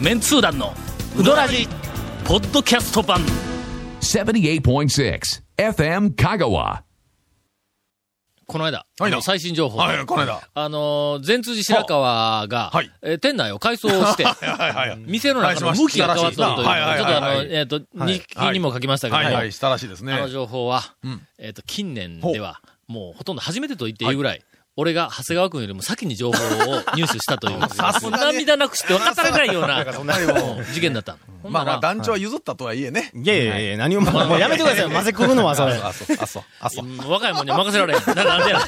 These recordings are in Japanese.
メンツー団のウドラジポッドキャスト版78.6 FM Kagawa. この間、はいなあの最新情報で、はいこの間あのー善通寺白川が、はいえー店内を改装して、 はいはいはい。店の中の向きが変わったという、ちょはいはっいとあの、はいえっ、と、い日記にも書きましたけども、はいはい、したらしいですね。あの情報は、んえっ、と、近年では、もうほとんど初めてと言っていいぐらい、俺が長谷川君よりも先に情報を入手したという、 もう涙なくして分かったらないようなうん事件だった。ほんまなあらまあ、団長は譲ったとはいえね。いやいやいや、何を、もうやめてくださいよ。混ぜ込むのは、それ。 あ、そう、あ、そう、あ、そう。うん若いもんには任せられへん。ななんでやろ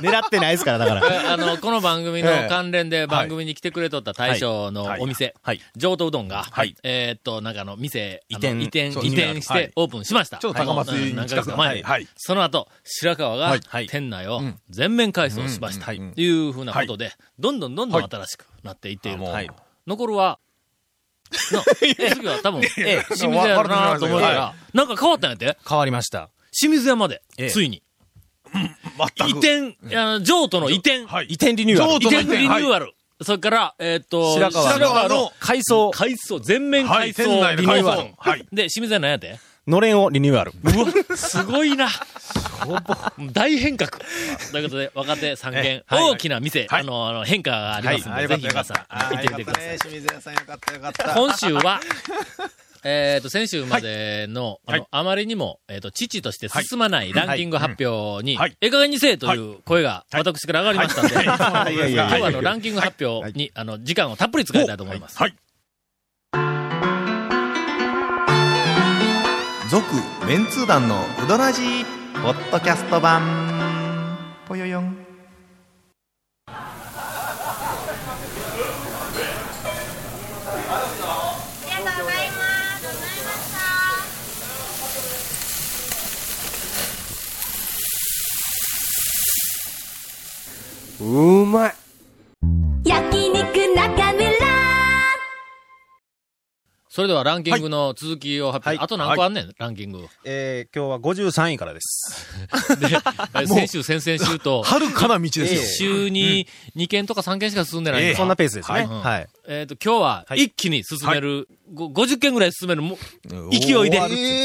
狙ってないですから、だか ら。あの、この番組のええ関連で番組に来てくれとった大将のはいお店、はい上等うどんが、はいえーっと、なんかあの、店、あの移移転転、移そう転しはていオープンしました。ちょっと高松はいに何ヶ近月くかの前に。はい。その後、白川がはいはい店内を全面改装しました。とうんうんいうふうなことで、どんどんどんどん新しくなっていっていると。はいはい。残るは、 の次は多分、ええ清水屋やろなと思ったら、なんか変わったんやって。 変わりました。清水屋までえ、えついに。全移く。転、あの譲渡の移転。はい。移転リニューアル。移譲渡の転移転リニューアル。それから、えっ、と、白川のの改装、改装、全面は改い、店装、内のリニュ改ーア装ル。。はい。で、清水屋なんやてのれんをリニューアル。うわ、すご いな。大変革。ということで、若手三軒、はい大きな店、はいあの、あの変化がありますので、はいぜひ皆さん、行ってみてください。清水屋さんよかったよかった。今週は、えっと、先週までの、あの、あまりにも、えっと、父として進まないランキング発表に、はいええ加減にせえという声が私から上がりましたんで、いやい今や日いはあや。のランキング発表に、あの時間をたっぷり使いたいと思います。はい。続メンツー団のウドラジーポッドキャスト版ぽよよんありがとうございます。ございました。うまい。焼肉中村それではランキングの続きを発表、はいあと何個あんねん、ランキング。 えー、今日は53位からです。で、先週、先々週と、はるかな道でええすよ。週に2件とか3件しか進んでないんだええそんなペースですね。うんはい。えっ、と、今日ははい一気に進める、ご50件ぐらい進めるもん勢いで、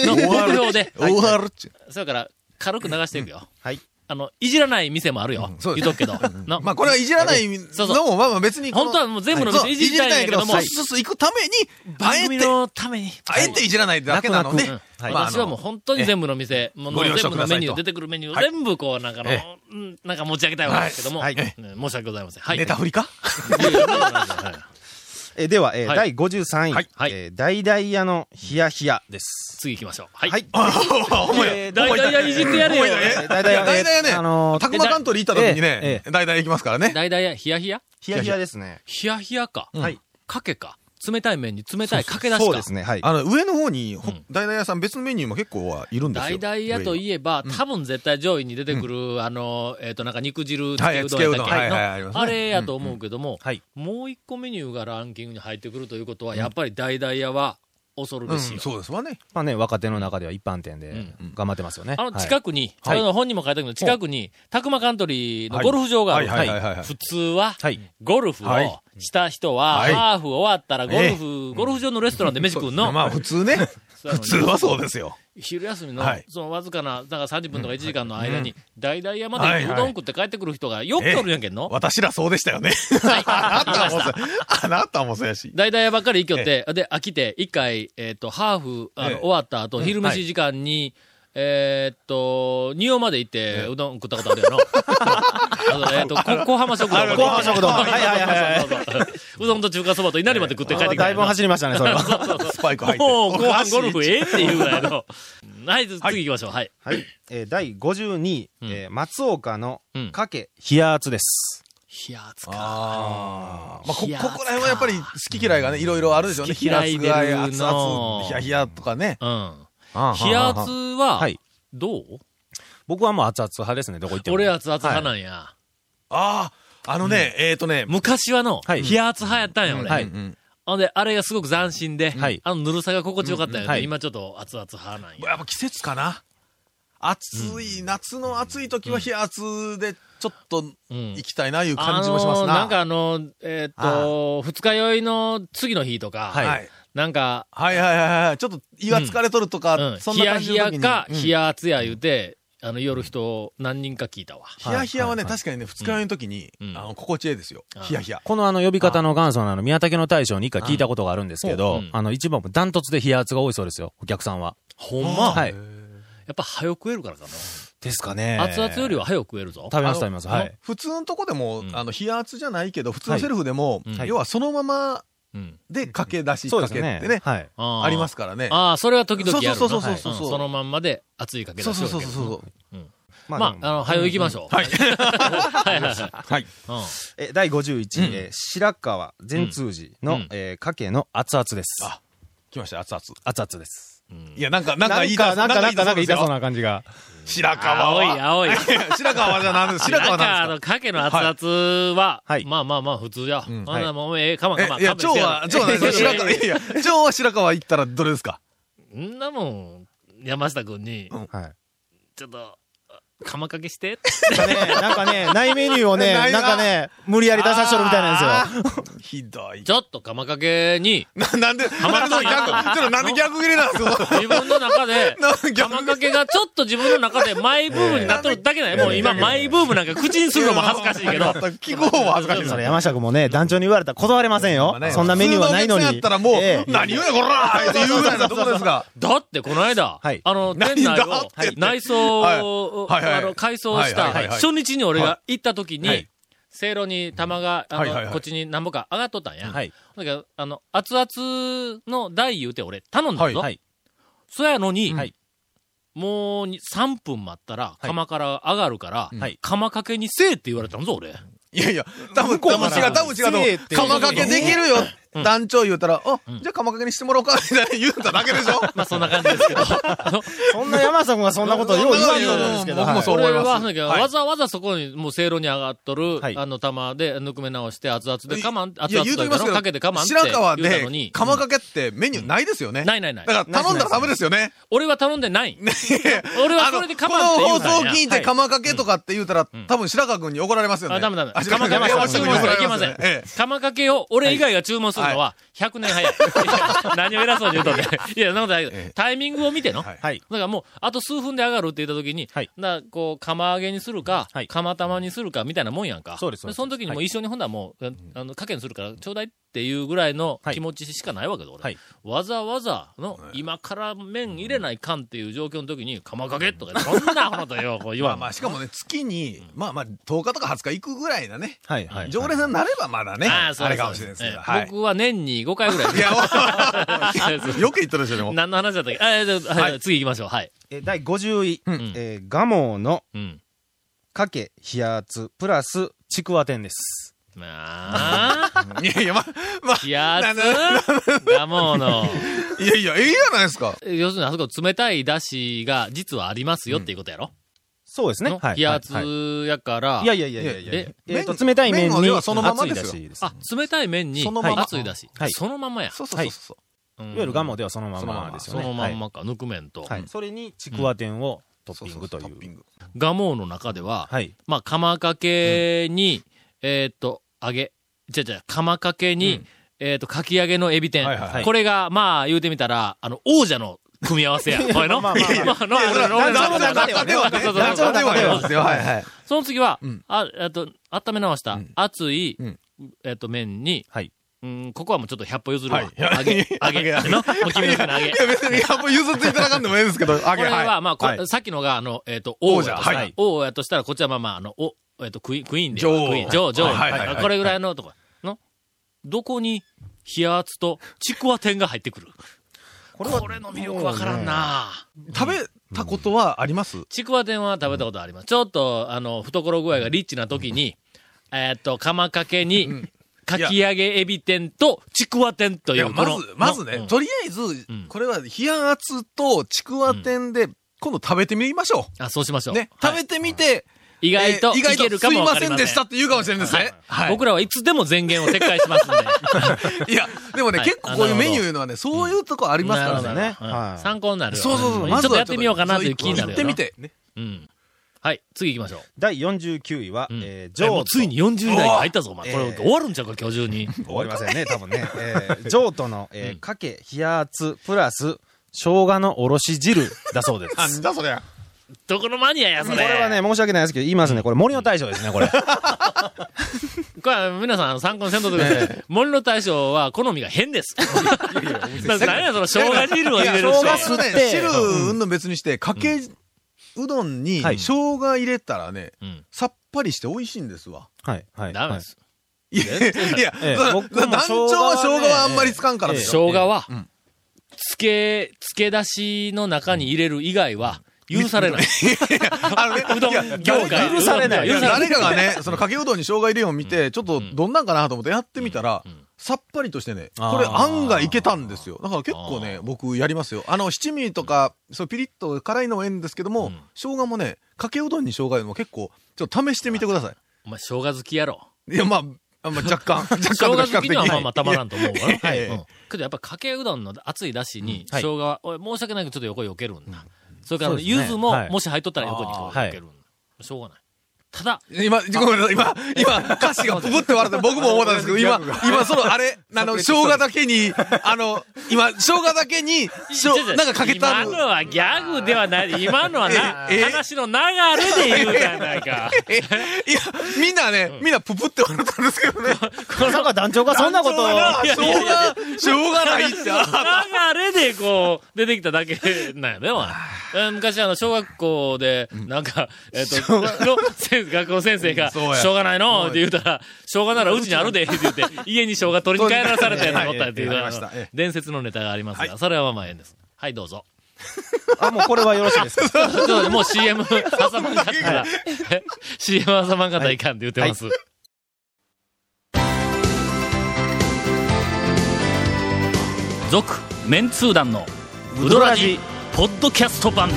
の終わ目標るで、終わるっちゅう。それから軽く流していくよ。 はい。あの、いじらない店もあるよ。そうで言すうとくけど。なまあ、これはいじらないそうそのも、まあまあ別にこの。本当はもう全部のは店いじりたいんやけどもそういじりたいんやけどもスッスッスッ行くために、あ番え組て、のために。あえていじらないだけなのうねん。まああの私はもう本当に全部の店、もうご利用して全部のメニュくださー、出いとてくるメニューをはい全部こう、なんかの、えうんなんか持ち上げたいわけですけども、はいうん申し訳ございません。はい。ネタ振りかいやいやそんなことないですはいえーでは、えーはい第53位。はいはいえー、大々屋のヒヤヒヤです。次行きましょう。はい。はい。あ、ほんまや。えーだいだいだいいじってやれよ。えー大々屋大々屋ねあのー、たくまカントリー行った時にえね、大々行きますからね。だいだいや、ひやひやヒヤヒヤですね。ひやひやか。はい。かけか。冷たい麺に冷たいかけだしか。そうですね。はい。あの、上の方に、ほうん大々屋さん別のメニューも結構はいるんですよ。大々屋といいえば、多分絶対上位に出てくる、あの、えっ、と、なんか肉汁つはけいうどんやったっけ、つけうどんはいはいはいありのますねあれやと思うけども、はい。もう一個メニューがランキングに入ってくるということは、やっぱり大々屋は恐るうべん、しよ。そうですわね。まあね、若手の中では一般店でうん頑張ってますよね。あのはい近くに、はいあの本にも書いてあるけど、近くに、たくまカントリーのゴルフ場がある。はいはいはいはいはい普通は、はいゴルフをはいした人は、はいハーフ終わったらゴルフ、ゴルフ場のレストランで飯食うの。まあ普通ね。普通はそうですよ。昼休みの、はいそのわずかな、なんか30分とか1時間の間に、大々山はでいうはいどん食って帰ってくる人がよくおるやんけんの。私らそうでしたよね。はい、 あ言いまなたしもたそう。あなたもそうやし。大々屋ばっかり行きよって、で、飽きて、一回、えっ、と、ハーフ、あの、ええ終わった後、昼飯時間に、えーっと、仁王まで行って、うどん食ったことあるやろ。あのえーっと、こ小浜食堂まで行って。小浜食堂はいはいはいそうそうそううどんと中華そばと稲荷まで食って帰ってきただんやいぶろ。走りましたね、それは。スパイク入って。もう、後半おゴルかフしいええって言うぐらいの。はい、次行きましょう。はい。はい。えー第52位、うんえー松岡のうんかけ冷やつです。冷やつか。あーまあ、こ、冷やここら辺はやっぱり好き嫌いがね、いろいろあるでしょうね。好き嫌い出るの平熱々ヒヤヒヤとかね。う冷ん。冷やつははい、どう僕はもう熱々派ですね、どこ行っても。俺熱々派はいなんや。ああ、あのね、えっとね、昔はの、はい冷や熱派やったんや、俺。はいうんほんで、あれがすごく斬新で、はいあのぬるさが心地よかったんやけど、はい今ちょっと熱々派なんや。やっぱ季節かな。暑い、夏の暑い時は冷や熱でちょっとうん行きたいないう感じもしますあのーな。んかあのー、えーっと、二日酔いの次の日とか、はいなんか、はいはいはいはい。ちょっと胃が疲れとるとか、うん、そんヒなヤ感じヒのヤ時にか、うんヒヤ熱や言うて、あの、夜人を何人か聞いたわ。ヒヤヒヤはね、確かにね、二日酔いの時に、うんあの、心地いいですよ。ヒヤヒヤ。このあの呼び方の元祖のあの宮武の大将に一回聞いたことがあるんですけうんどうん、あの一番もダントツで冷圧が多いそうですよ、お客さんは。ほんま、はい。やっぱ早食えるからかな。ですかね。熱々よりはは早食えるぞ。食べますあの食べます。はあのい。普通のとこでも、んあの、冷圧じゃないけど、普通のセルフでも、うん要はそのままうん。で駆け出し、そうかですけねってね、はい。あ。ありますすからね。ああ、それは時々やるなそうそうそうそうそうはいんそのまんまで熱いかけそ出うしそうよるそうけどそうそう。まあ、あの、早行きましょう。はい。はいはいはい。 はい。うんえ、第51、えー白川善通寺うのん、えー、かけの熱々です。あ来ました、熱々。熱々です。いや、なんか、なんか言いたなんか、なんか、なんか言いたそうな。な感じが。白川青い、は。青い。白川はじゃなん です。白な川んか、なあんですの、かけの熱々は、はいまあまあまあ、普通や。んまだもうええ、かまかかま。えいや、勘蝶弁してやは、蝶は何ですか、白川、いやいや、蝶は白川行ったらどれですかんなもん、山下君に、はい。ちょっと、釜かけしてって。なんかね、なんかね、ないメニューを ね、ないななんかね、無理やり出さしとるみたいなんですよ。ひどい。ちょっと釜かけに、ななんで、なんでその逆、ちょっとなんで逆切れなんです か、自分の中で なんで逆釜かけがちょっと自分の中でマイブームになっとるだけだよ。もう今、マイブームなんか口にするのも恥ずかしいけ ど。聞く方も恥ずかしいですそれ山下君もね、団長に言われたら断れませんよまあ。ねそんなメニューはないのに。普通お客さんやったらもう、ええ何言うねん、こらっていうぐらいのとこですが。だって、この間、はいあの、何店内だをって内装を、はいはいはいあの、改装した、はいはいはい初日に俺が行った時に、はいせいろに玉が、あの、はいはいはいこっちに何ぼか上がっとったんや。はいだから、あの、熱々の台言うて俺頼んだぞ。はいそやのに、はいもうに3分待ったら、い釜から上がるから、はい釜かけにせえって言われたんぞ、俺。いやいや、多分、多分違う、多分違うと。釜かけできるよ、団長言うたら、あ、じゃあ釜かけにしてもらおうか、みたいな言うただけでしょまあ、そんな感じですけど。 そんな山下君がそんなことをよう言わんようなんですけど。僕もそう思い俺ますは、なんかはいわざわざそこに、もう、せいろに上がっとる、はいあの、玉で、ぬくめ直して、熱々で我慢、い熱や、々言うときでますけかけてど我慢、って白川言うたのでに、釜かけってメニューないですよね。ないないないだ。から頼んだらダメですよね。俺は頼んで ない。俺はそれで我慢ってこの言放うから送や。聞いて釜かけとかって言うたら、多分白川君に怒られますよね。あ、ダメダメ。あ釜白か川け君をに注文してはい怒られけまますせよねんええ。釜かけを俺以外が注文するのは100年早い。 何を偉そうに言うとんねん。いや、そんなことないけえどえ。タイミングを見ての。はいはい。だからもう、あと数分で上がるって言った時に、はいな、こう、釜揚げにするか、はい釜玉にするか、みたいなもんやんか。そうですそうですの時にもうはい一緒にほんならもう、ああの、かけにするから、ちょうだいっていうぐらいのはい気持ちしかないわけだ、俺。はいわざわざの、今から麺入れないかんっていう状況の時に、釜かけとか、そんなことよ、こう言まわあん。まあ、しかもね、月に、まあまあ、10日とか20日行くぐらいなね。はいはい常連さんになればまだね。ああそうあでれすかもしれないですけど。ええはい。僕は年に5回ぐらい。いや、 そうよく言ってるでしょ、でも。何の話だったっけあえっとはい次行きましょう。はい。えー第50位、んえー、ガモのうん。かけ冷圧プラスちくわ天です。まあ、いやいや、ま、ま、気圧ななガモーの。 いやいや、ええやないですか。要するにあそこ冷たいだしが実はありますよっていうことやろ、そうですねの。はい。冷はいはい圧やから、いやいやいやいやいやええーと、麺冷たい麺麺をに要は熱そのままいでらすよしいです。あ、冷たい麺にそのまま熱いだし、はいそのまんまや。そうそうそうそう。うんいわゆるガモではそのままですよそね。のまんまか、ぬくめんと。はい。はい。それにちくわ天をトッピングといトッピう。ング。ガモーの中では、はい。まあ、釜かけに、えーっと、揚げ。じゃじゃ釜かけに、えーっと、かき揚げのエビ天。はいはいはいこれが、まあ、言うてみたら、あの、王者の組み合わせや。これの。 まあまあまあ まあのいやそれは俺の団長の中俺でのはそうそねうそう団長の中ではねそうそうそうですよ。はいはい。その次は、んあ、えっと、温め直した、熱い、うんえっと、麺に、はい。うん、ここはもうちょっと100歩譲るわ。はいいや揚 げ、揚揚げ、げあの、もう君の中の揚げ。いや、別に、あんま譲っていただかんでもええですけど、あこげ、れは、はまあ、こはいさっきのが、あの、えっと、王王者者としたらはい王やとしたら、こっちはまあまあ、あの、お、えっと、クイーン、クイーンで。女王クイーン女王、女王はいはいはいはいこれぐらいのとこ。の、どこに、冷圧と、ちくわ天が入ってくる。これの魅力わからんな、い。食べたことはありますちくわ天は食べたことあります。ちょっと、あの、懐具合がリッチな時に、えーっと、釜かけに、かき揚げエビ天と、ちくわ天といいや、う、まこずの、まずうね、んとりあえずん、これは、冷圧とちくわ天で、今度食べてみましょあ、そうしましょう。う。ね。はい食べてみて、意外と、えーいけるかもわかりすいまませんせん。でしたって言うかもしれないですね。はい僕らはいつでも前言を撤回しますんで。いや、でもね、はい結構こういうメニューいうのはね、そういうとこありますからなね。るほどはい参考になる。そうそうそう。んまちずょっとやはってみようかなという気になるよな。行ってみて。うん。はい、次行きましょう。第49位は、えー、じゃあもうついに40代が入ったぞ、お前。えこーれ終わるんちゃうか、今日中に。終わりませんね、多 分ね。えー、譲渡の、えー、かけ、冷や熱、プラス、生姜のおろし汁だそうです。なんだそりゃ。どこのマニアや、そ これ。れはね、申し訳ないですけど、言いますね。これ、森の大将ですね、これ。これは皆さん参考にせんとってください。森の大将は好みが変です。なんや、その生姜汁を入れる生人姜吸って。汁うんの別にして、かけうどんに生姜入れたらねうん、さっぱりして美味しいんですわ。はい、はい。ダメです。いや、いや、ええそ僕の団も生姜はね長は生姜はあんまりつかんからでええしょ。生姜は、漬け、漬け出しの中に入れる以外は、許されない。あのねうどんいや業界。許されないうどん業界誰かがね、そのかけうどんに生姜入れよう見て、ちょっとどんなんかなと思ってやってみたら、さっぱりとしてね、あーこれ案外いけたんですよ。だから結構ね、僕やりますよ。あの、七味とか、そう、ピリッと辛いのもええんですけども、生姜もね、かけうどんに生姜入れるのも結構、ちょっと試してみてくださお前、生姜好きやろ。い。いや、まあ、あまあ若干、若干生姜好きにはまあまあたまらん。んと思うわ。いやいやうんけどやっぱかけうどんの熱いだしに、生姜は、俺申し訳ないけどちょっと横に避けるんだ。それから、そうですね柚子もは、いもし入っとったら横にこう避けるんだ。しょうがない。ただ、今、ごめんなさい、今、今、歌詞がププって笑って、僕も思ったんですけど、今、今、その、あれ、あの、生姜だけに、あの、今、生姜だけに、しょ違う違うなんかかけた今のはギャグではない。今のはな、ええ話の流れで言うじゃないか。え、いや、みんなね、みんなププって笑ったんですけどね。まさか団長がそんなことを。あいしょやいうやいやが、しょうがないって。あ流れでこう、出てきただけなんやね、お前えー昔あの、小学校で、なんか、えっと、の先生学校先生が、しそうやょうがないのって言うたら、しょうがならうちにあるでって言って、家にしょうが取りに帰らされたやつがおったっていう、はあのいええええありましたええ伝説のネタがありますが、それはまあまあええんです。はい、どうぞ。あ、もうこれはよろしい ですか。 ちょっと待ってもう CM 挟まんかった ら、え CM 挟まんかったらいかんって言ってます。続、メンツー団の、ウドラジ、ポッドキャスト版。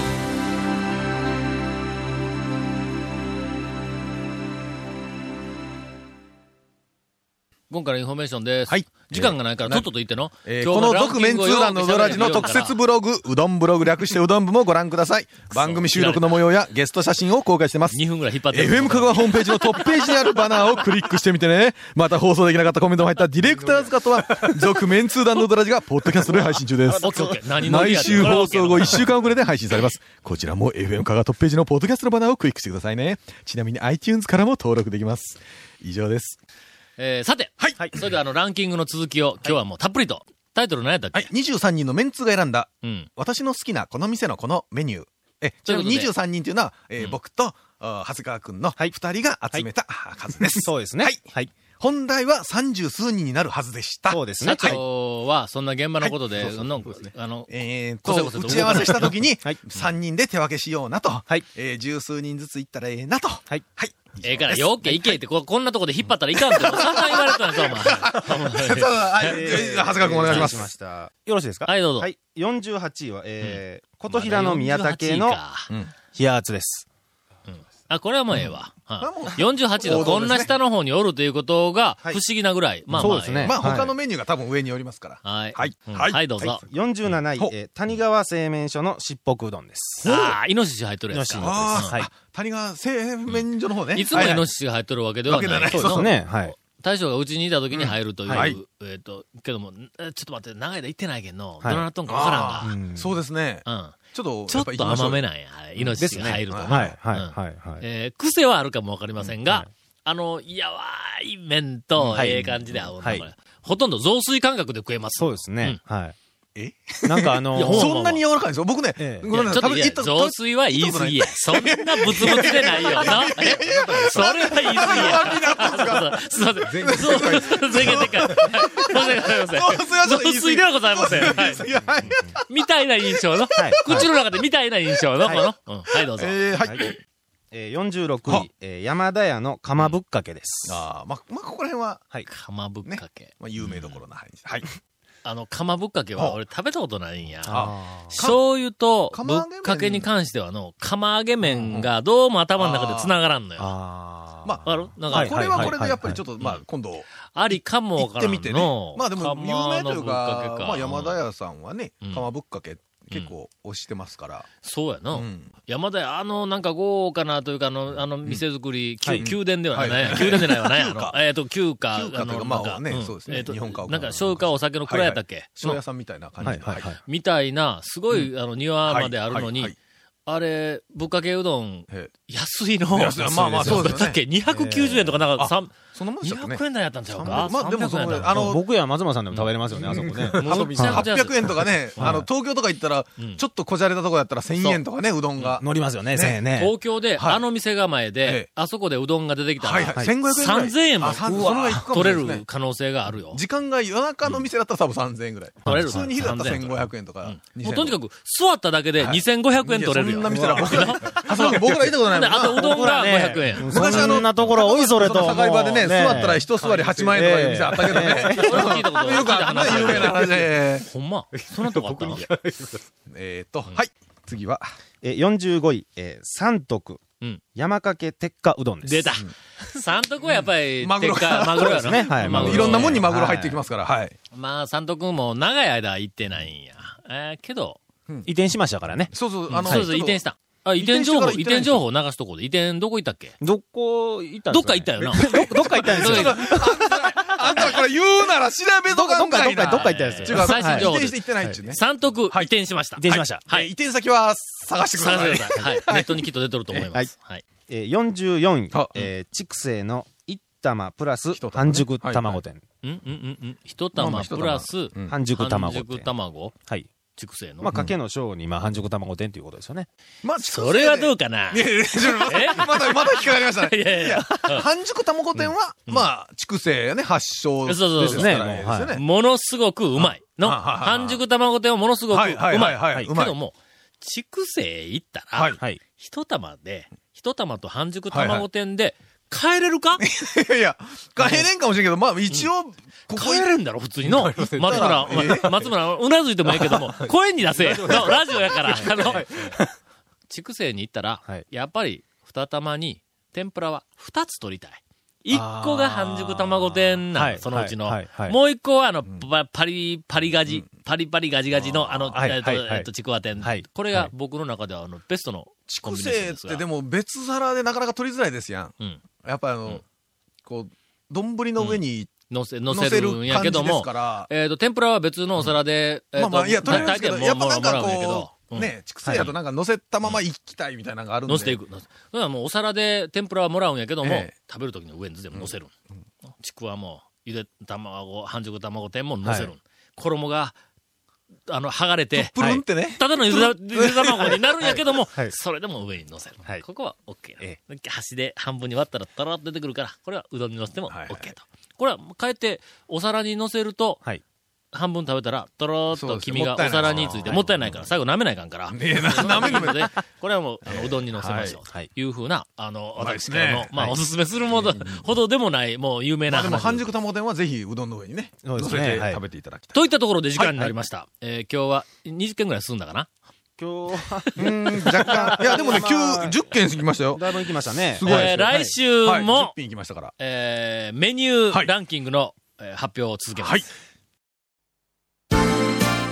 今からインフォメーションです。はい時間がないから、とっとと言っての。えー今日このランキ続面ングをよ通談のドラジの特 設ブログ、うどんブログ略してうどん部もご覧ください。番組収録の模様やゲスト写真を公開してます。 2分ぐらい引っ張 ってる FM 香川ホームページのトップページにあるバナーをクリックしてみてね。また放送できなかったコメントも入ったディレクターズカットは、続面通談のドラジがポッドキャストで配信中ですオ。ッケーオッケー。何のリ毎アル週放送後これはオッケー1週間遅れで配信されます。こちらも FM カがトップページのポッドキャストのバナーをクリックしてくださいね。ちなみに iTunes からも登録できます。以上です。えーさて、はい、それではあのランキングの続きを今日はもうたっぷりと。タイトル何やったっけ、はい、23人のメンツが選んだ、うん。私の好きなこの店のこのメニュー。え、ちなみにというこ23人というのは、えー僕と、あー長谷川くんの2人が集めたあー数です。そうですね。はい。はい。本題は三十数人になるはずでした。そうですね社。長はそんな現場のことで、なんかあの、えーこそこと、そと打ち合わせしたときに、はい3人で手分けしようなと、はい。えー十数人ずつ行ったらええなと。はいはい。ええから、よっけいけって、ここんなとこで引っ張ったらいかんって、散々言われてたんですよ、お前。そうそうはいえー長谷川君お願いします。ました。よろしいですかはいどうぞはい。48位は、えー、琴平の宮武まのだ48か冷や熱です。あ、これはもうええわ。あもう四十48度、王道ですねこんな下の方におるということが、不はい思議なぐらい。まあまあ、そうですねまあはい他のメニューが多分上におりますから。はい。はいうんははいい、どうぞ。 47位ほ、えー、谷川製麺所のしっぽくうどんです。ああ、イノシシ入っとるやつイノか。シシああ、はいあ谷川製麺所の方ね。いつもイノシシシが入っとるわけではない。わけではないそうですね。はい。大将がうちにいた時に入るという、うんはいえっ、と、けども、んえちょっと待って、長い間行ってないけんの、はいどうなっとんかわあかあー、そうですね。らんが。ちょっとうん。、ちょっやぱと行きましょ甘うめなんや、あれイノシシが入ると。ですねはい。はい。うんはい。はい。えー癖はあるかもわかりませんが、うんはいあの、やわい麺と、はいええ感じで合うの、はいこれほとんど雑炊感覚で食えます。そうですね。はい。え なんかあのいやほー、そんなに柔らかいんですよ。僕ね、ええいやちょっといや、行った雑炊は言い過ぎや。そんなブツブツでないよな。それは言い過ぎや。すいません。そう全然でかい。はい申し訳ございません。雑炊ではございません。はいいや、はい。みたいな印象の。はい口の中でみたいな印象の。この。うんはい、どうぞ。えーはい。えー、46は位、えー、山田屋の釜ぶっかけです。ああ、まあ、まあ、ここら辺は、かまぶっかけ。まあ、有名どころな感じ。はい。あの、かまぶっかけはほう俺食べたことないんや。あ醤油とぶかっかけに関してはあの、釜揚げ麺がどうも頭の中で繋がらんのーよ。あー。まあるなんまあかはいこれはこれでやっぱりはいはいはいちょっと、まあ、今度、ありかも行わっからてんみてねの。まあでも有名という釜のぶっかけまあ、山田屋さんはねうん釜ぶっかけ結構推してますから。そうやな。うん山田屋、あの、なんか豪華なというか、あの、あの、店作り、きゅはい宮殿ではない、はい宮殿じゃ ないわね。あ旧の、えっと、旧家、旧家というかのまあなんかねんそうですねえーと日本家屋なんか、醤油かお酒の蔵やったっけ醤の屋さんみたいな感じで。はいみたいな、すごい、あの、庭まであるのはにいはい、あれ、ぶっかけうどん、ええ安いの。安いまあまあそうですよねだっけ ?290 円とか、なんか、あさんそのままでしたかね。 200円台やったんちゃうかまあでもそのぐらい、ああの、の、僕や松村さんでも食べれますよね、あそこね。 もうそっちのことやつ800円とかね、あの、東京とか行ったらん、ちょっとこじゃれたとこやったら1000円とかね、うどんが。乗りますよね、1000円ね。東京で、はいあの店構えで、ええあそこでうどんが出てきたはいら、はい。1500円ぐらい。 3000円もあう3000そのぐわらい行くかもし取れれないですねる可能性があるよ。時間が夜中の店だったら多分3000円ぐらい。取れる普通に昼だったら3000円とか1500円とか。もうとにかく、く、座っただけで2500円取れるよ。そんな店ら僕ら、あ、そう僕ら行ったことないもん でなあと、うどんが500円。昔あそのんなところ多い、それと。酒場でね、座ったら一座り8万円とかいう店あったけどね。俺も聞いたことない。よく聞いたあったね、有名な話で。ほんまそんなとこあったのえーっと、はい。次は、えー45位、えー三徳、うん山かけ鉄火うどんです。出た。三徳はやっぱり、マグロ鉄火マグロやそろ。うですねはいマグロいろんなもんにマグロ入ってきますから、はい。まあ、三徳も長い間行ってないんや。えーけど、移転しましたからね。そうそう、あそうの、そう、移転した。あ、移転移転して情報、から移行ってない転情報流すとこで。移転どこ行ったっけどこ行ったんどでっすかか行ねったよな。どっか行ったんですどっか行ったよ。あんたこれ言うなら調べとかんかいな。どっか行ったんですちゅうよ。か最新情報移転して行ってないっちゅうね。三徳、移転しました。移転しました。はえー移い。転先は探してくだ探さしい。てください。はい。ネットにきっと出とると思います。はい。えー44位あ、えー畜生の一玉プラス一玉ね半熟卵店。うんうんうんうん。一玉プラス、うん半熟半卵店。熟卵はい。熟成の。まあ、かけの章に、まあ、半熟卵店ということですよね。まあ、それはどううかな。いやいや、ちょっと待ってまた、また引っかかりましたね。いやいや半熟卵店は、まあ、畜生ね、発祥そうですそうそそうう。からね。はいですよねものすごくうまい。の、ああああ半熟卵店はものすごくうま。はいいはいはいはいうまいけども、畜生行ったはらい、はい。一玉で、一玉と半熟卵店で、帰れるかいやいや、帰れんかもしれんけど、まあ、一応、ここ帰れるんだろ、普通にの。松村、えー松村、うなずいてもいいけども、声に出せ。のラジオやから。あの、畜生に行ったらはい、やっぱり、二玉に、天ぷらは二つ取りたい。一個が半熟卵天なはの、いそのうちのはいはいは。いもう一個は、あの、パパリ、パリガジ、パリパリガジガジの、あの、はいえっとはいはいえっと、ちくわ天はい。これはがい僕の中では、あの、ベストのコン畜ビネーション生でっすが。てでも別皿でなかなか取りづらいですやん。うん。やっぱあの、こう、丼の上に乗せ、乗乗せせるるんや感けじどですもか、ら、えっと、天ぷらは別のお皿で、えっまと、あまあ、いや、取れるんで大すけ体ど、もやっぱもらうんもらなかうんやけどこ。うう、んね、畜生やとなんか乗せたまま行きたいみたいなのがあるんで。乗せていく。乗せだからもうお皿で天ぷらはもらうんやけども、ええ食べる時の上に全部乗せる、ちくわも、ゆで卵、半熟卵天も乗せる、衣が、あの、剥がれて、プルンってね。ただのゆでゆで卵になるんやけ ども、はいそれでも上に乗せる。はいここは OK な、え端で半分に割ったらたらっと出てくるから、これはうどんに乗せても OK と。はいはいこれは、変えて、お皿に乗せると、はい。半分食べたら、とろーっそうとですね君がもおったいない皿について、もったいないから、最後舐めないかんから。いやな舐めるので、これはもう、あの、うどんに乗せましょう。はいというふうな、あの、うまいで私すかねらの、まあ、おすすめするものほどでもない、もう有名なまあでも話半です。熟卵店はぜひうどんの上にね、そうで乗すせねてはい食べていただきたい。といったところで時間になりました。えー今日は20件ぐらい進んだかな今日 は、うーん、若干。いや、でもね、まあ九10件過ぎましたよ。だいぶ行きましたね。すごいえー来週はい、も、 10品いきましたから。えーメニュはーいランキングの、えー発表を続けます。はい